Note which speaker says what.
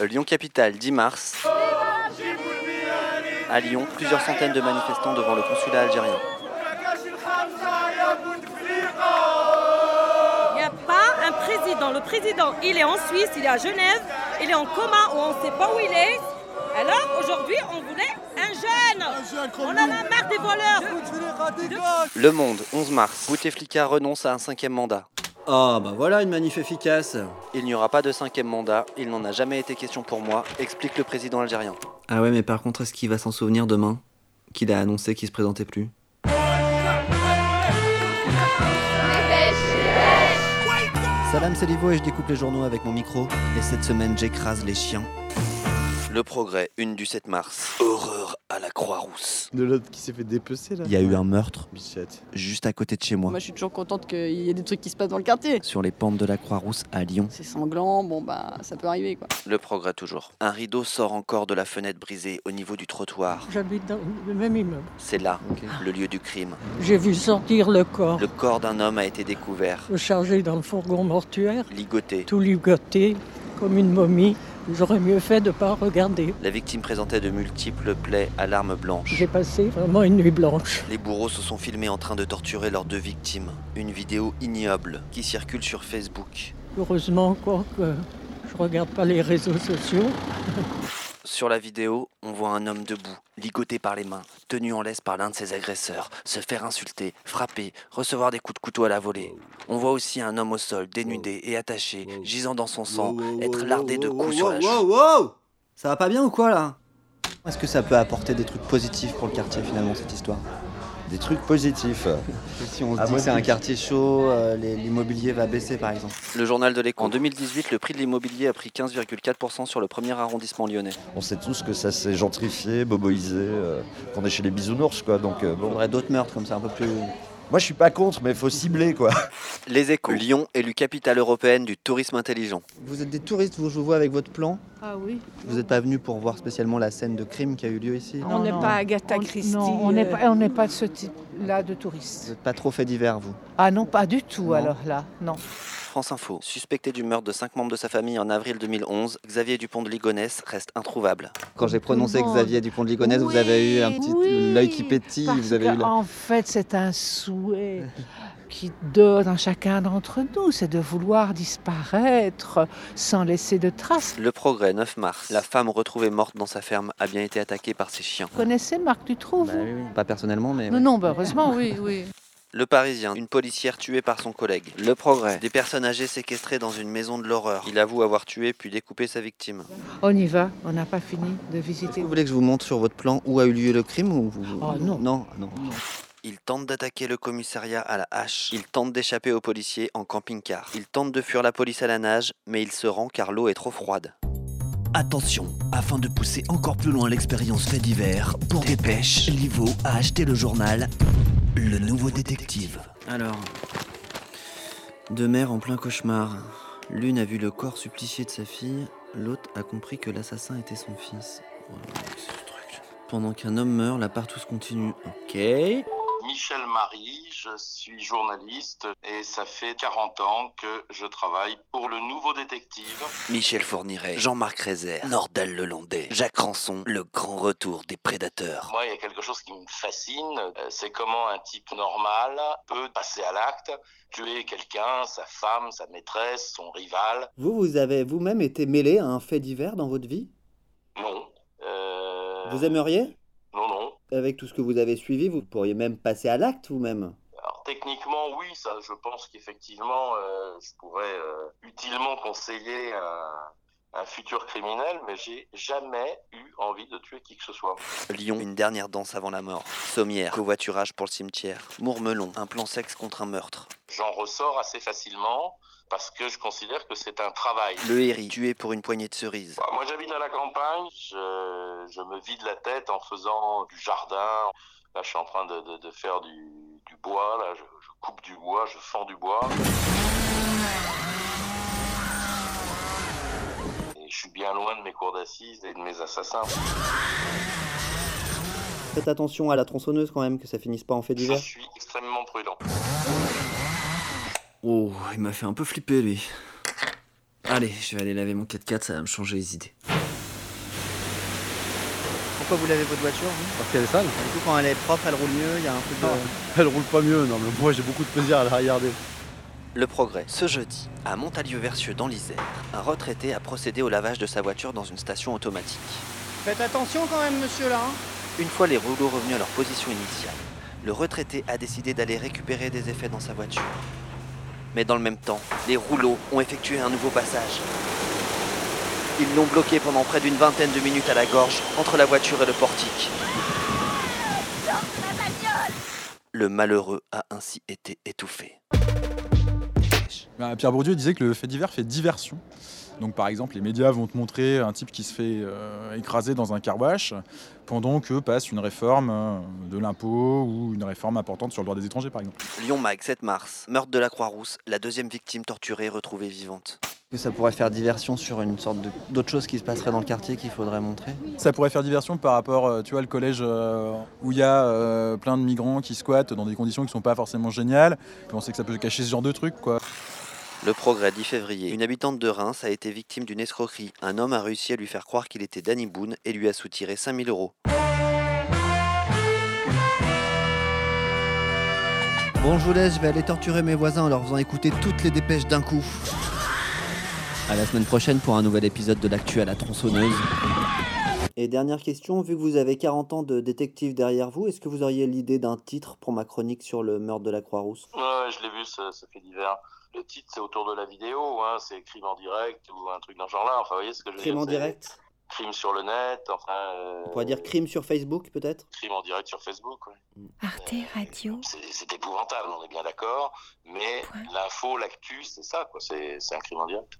Speaker 1: Euh, Lyon-Capitale, 10 mars. À Lyon, plusieurs centaines de manifestants devant le consulat algérien.
Speaker 2: Il n'y a pas un président. Le président, il est en Suisse, il est à Genève, il est en coma ou on ne sait pas où il est. Alors aujourd'hui, on voulait un jeune. on a la marre des voleurs.
Speaker 1: Le Monde, 11 mars. Bouteflika renonce à un cinquième mandat.
Speaker 3: Ah bah voilà une manif efficace.
Speaker 1: Il n'y aura pas de cinquième mandat, il n'en a jamais été question pour moi, explique le président algérien.
Speaker 3: Ah ouais mais par contre est-ce qu'il va s'en souvenir demain Qu'il a annoncé qu'il se présentait plus Salam Selivo et je découpe les journaux avec mon micro. Et cette semaine j'écrase les chiens.
Speaker 1: Le Progrès, une du 7 mars. Horreur à la Croix-Rousse.
Speaker 4: De l'autre qui s'est fait dépecer là.
Speaker 3: Il y a eu un meurtre
Speaker 4: Bichette.
Speaker 3: juste à côté de chez moi.
Speaker 5: Moi, je suis toujours contente qu'il y ait des trucs qui se passent dans le quartier.
Speaker 3: Sur les pentes de la Croix-Rousse à Lyon.
Speaker 5: C'est sanglant, bon bah ça peut arriver quoi.
Speaker 1: Le Progrès toujours. Un rideau sort encore de la fenêtre brisée au niveau du trottoir.
Speaker 6: J'habite dans le même immeuble.
Speaker 1: C'est là, le lieu du crime.
Speaker 6: J'ai vu sortir le corps,
Speaker 1: Le corps d'un homme a été découvert,
Speaker 6: le charger dans le fourgon mortuaire,
Speaker 1: ligoté.
Speaker 6: tout ligoté, comme une momie. J'aurais mieux fait de ne pas regarder.
Speaker 1: La victime présentait de multiples plaies à l'arme blanche.
Speaker 6: J'ai passé vraiment une nuit blanche.
Speaker 1: Les bourreaux se sont filmés en train de torturer leurs deux victimes. Une vidéo ignoble qui circule sur Facebook.
Speaker 6: Heureusement encore que je regarde pas les réseaux sociaux.
Speaker 1: Sur la vidéo, on voit un homme debout, ligoté par les mains, tenu en laisse par l'un de ses agresseurs, se faire insulter, frapper, recevoir des coups de couteau à la volée. On voit aussi un homme au sol, dénudé et attaché, gisant dans son sang, être lardé de coups sur la joue.
Speaker 3: Ça va pas bien ou quoi là Est-ce que ça peut apporter des trucs positifs pour le quartier finalement cette histoire
Speaker 7: Des trucs positifs.
Speaker 3: Si on se
Speaker 4: Ah,
Speaker 3: dit que
Speaker 4: moi,
Speaker 3: c'est
Speaker 4: c'est-
Speaker 3: un quartier chaud, euh, les- l'immobilier va baisser par exemple.
Speaker 1: Le journal de l'écho. En 2018, le prix de l'immobilier a pris 15,4% sur le premier arrondissement lyonnais.
Speaker 7: On sait tous que ça s'est gentrifié, boboisé, euh, qu'on est chez les bisounours, quoi. Donc, euh, bon.
Speaker 3: Faudrait d'autres meurtres comme ça, un peu plus.
Speaker 7: Moi, je suis pas contre, mais faut cibler, quoi.
Speaker 1: Les échos. Lyon élue capitale européenne du tourisme intelligent.
Speaker 3: Vous êtes des touristes, vous, je vous vois avec votre plan.
Speaker 8: Ah oui.
Speaker 3: Vous n'êtes pas venu pour voir spécialement la scène de crime qui a eu lieu ici
Speaker 5: on
Speaker 8: Non,
Speaker 5: n'est
Speaker 8: non.
Speaker 5: pas Agatha
Speaker 8: On-
Speaker 5: Christie.
Speaker 8: Non, on n'est
Speaker 5: euh,
Speaker 8: pas, on n'est pas de ce type-là de
Speaker 3: Vous
Speaker 8: touristes.
Speaker 3: n'êtes pas trop fait divers, vous.
Speaker 8: Ah non, pas du tout
Speaker 3: Non.
Speaker 8: alors là, non.
Speaker 1: France Info. Suspecté du meurtre de cinq membres de sa famille en avril 2011, Xavier Dupont de Ligonnès reste introuvable.
Speaker 3: Quand j'ai prononcé
Speaker 8: Tout le monde.
Speaker 3: Xavier Dupont de Ligonnès, vous
Speaker 8: Oui,
Speaker 3: avez eu un petit
Speaker 8: oui,
Speaker 3: l'œil qui pétille,
Speaker 8: Parce
Speaker 3: vous avez eu
Speaker 8: que,
Speaker 3: la-
Speaker 8: en fait, c'est un souhait qui donne à chacun d'entre nous, c'est de vouloir disparaître sans laisser de traces.
Speaker 1: Le progrès, 9 mars. La femme retrouvée morte dans sa ferme a bien été attaquée par ses chiens.
Speaker 8: Vous connaissez Marc Dutroux
Speaker 3: Bah
Speaker 8: vous
Speaker 3: oui, oui, Pas personnellement, mais.
Speaker 8: Non,
Speaker 3: ouais.
Speaker 8: non, bah, heureusement, oui, oui.
Speaker 1: Le Parisien, une policière tuée par son collègue. Le progrès, des personnes âgées séquestrées dans une maison de l'horreur. Il avoue avoir tué puis découpé sa victime.
Speaker 8: On y va, on n'a pas fini de
Speaker 3: Est-ce que
Speaker 8: visiter.
Speaker 3: Vous voulez que je vous montre sur votre plan où a eu lieu le crime ou vous-
Speaker 8: Oh, non.
Speaker 3: Non, non.
Speaker 1: Il tente d'attaquer le commissariat à la hache. Il tente d'échapper aux policiers en camping-car. Il tente de fuir la police à la nage, mais il se rend car l'eau est trop froide.
Speaker 9: Attention, afin de pousser encore plus loin l'expérience fait divers, pour Dépêche, Livo a acheté le journal Le Nouveau Détective.
Speaker 3: Alors, deux mères en plein cauchemar. L'une a vu le corps supplicié de sa fille, l'autre a compris que l'assassin était son fils. Voilà, c'est ce truc. Pendant qu'un homme meurt, la partouze continue. Ok.
Speaker 10: Michel Marie, je suis journaliste et ça fait 40 ans que je travaille pour le nouveau détective.
Speaker 1: Michel Fourniret, Jean-Marc Rézère, Nordal Lelandais, Jacques Ranson, le grand retour des prédateurs.
Speaker 10: Moi, il y a quelque chose qui me fascine, euh, c'est comment un type normal peut passer à l'acte, tuer quelqu'un, sa femme, sa maîtresse, son rival.
Speaker 3: Vous, vous avez vous-même été mêlé à un fait divers dans votre vie
Speaker 10: Non. Euh,
Speaker 3: aimeriez
Speaker 10: Non, non.
Speaker 3: Avec tout ce que vous avez suivi, vous pourriez même passer à l'acte vous-même.
Speaker 10: Alors techniquement, oui, ça, je pense qu'effectivement, euh, je pourrais euh, utilement conseiller un, un futur criminel, mais j'ai jamais eu envie de tuer qui que ce soit.
Speaker 1: Lyon, une dernière danse avant la mort. Sommière, covoiturage pour le cimetière. Mourmelon, un plan sexe contre un meurtre.
Speaker 10: J'en ressors assez facilement parce que je considère que c'est un travail. Bah,
Speaker 1: Le Héry, tué pour une poignée de cerises.
Speaker 10: Moi, j'habite à la campagne, je, je me vide la tête en faisant du jardin. Là, je suis en train de, de- de faire du, du bois, là, je, je coupe du bois, je fends du bois. Et je suis bien loin de mes cours d'assises et de mes assassins.
Speaker 3: Faites attention à la tronçonneuse quand même, que ça finisse pas en fait
Speaker 10: Je
Speaker 3: divers.
Speaker 10: suis extrêmement prudent.
Speaker 3: Oh, il m'a fait un peu flipper lui. Ah, Allez, je vais aller laver mon 4x4, ça va me changer les idées.
Speaker 4: Pourquoi vous lavez votre voiture vous
Speaker 11: Parce qu'elle est sale.
Speaker 4: Du coup, quand elle est propre, elle roule mieux, il y a un truc de.
Speaker 11: Elle roule pas mieux, non, mais moi j'ai beaucoup de plaisir à la regarder.
Speaker 1: Le progrès. Ce jeudi, à Montalieu-Versieux dans l'Isère, un retraité a procédé au lavage de sa voiture dans une station automatique.
Speaker 4: Faites attention quand même, monsieur là. hein.
Speaker 1: Une fois les rouleaux revenus à leur position initiale, le retraité a décidé d'aller récupérer des effets dans sa voiture. Mais dans le même temps, les rouleaux ont effectué un nouveau passage. Ils l'ont bloqué pendant près d'une vingtaine de minutes à la gorge, entre la voiture et le portique. Le malheureux a ainsi été étouffé.
Speaker 12: Ben, Pierre Bourdieu disait que le fait divers fait diversion. Donc par exemple, les médias vont te montrer un type qui se fait euh, écraser dans un carwash pendant que passe une réforme euh, de l'impôt ou une réforme importante sur le droit des étrangers par exemple.
Speaker 1: Lyon Mag, 7 mars, meurtre de la Croix-Rousse, la deuxième victime torturée retrouvée vivante.
Speaker 3: Que ça pourrait faire diversion sur une sorte de- d'autre chose qui se passerait dans le quartier qu'il faudrait montrer.
Speaker 12: Ça pourrait faire diversion par rapport, euh, tu vois, le collège euh, où il y a euh, plein de migrants qui squattent dans des conditions qui sont pas forcément géniales. Puis on sait que ça peut cacher ce genre de truc quoi.
Speaker 1: Le progrès 10 février. Une habitante de Reims a été victime d'une escroquerie. Un homme a réussi à lui faire croire qu'il était Danny Boone et lui a soutiré 5000 euros.
Speaker 3: Bon, je vous laisse, je vais aller torturer mes voisins en leur faisant écouter toutes les dépêches d'un coup. À la semaine prochaine pour un nouvel épisode de l'actu à la tronçonneuse. Et dernière question, vu que vous avez 40 ans de détective derrière vous, est-ce que vous auriez l'idée d'un titre pour ma chronique sur le meurtre de la Croix-Rousse
Speaker 10: Ouais, ouais, je l'ai vu ce, ce fait divers. Le titre, c'est autour de la vidéo, hein, c'est crime en direct ou un truc dans ce genre-là. Enfin, vous voyez ce que je veux
Speaker 4: Crime
Speaker 10: dire,
Speaker 4: en
Speaker 10: c'est
Speaker 4: direct.
Speaker 10: Crime sur le net, enfin. euh,
Speaker 4: On pourrait dire crime sur Facebook peut-être
Speaker 10: Crime en direct sur Facebook, ouais.
Speaker 13: Arte Radio.
Speaker 10: C'est c'est épouvantable, on est bien d'accord. Mais l'info, l'actu, c'est ça, quoi. C'est c'est un crime en direct.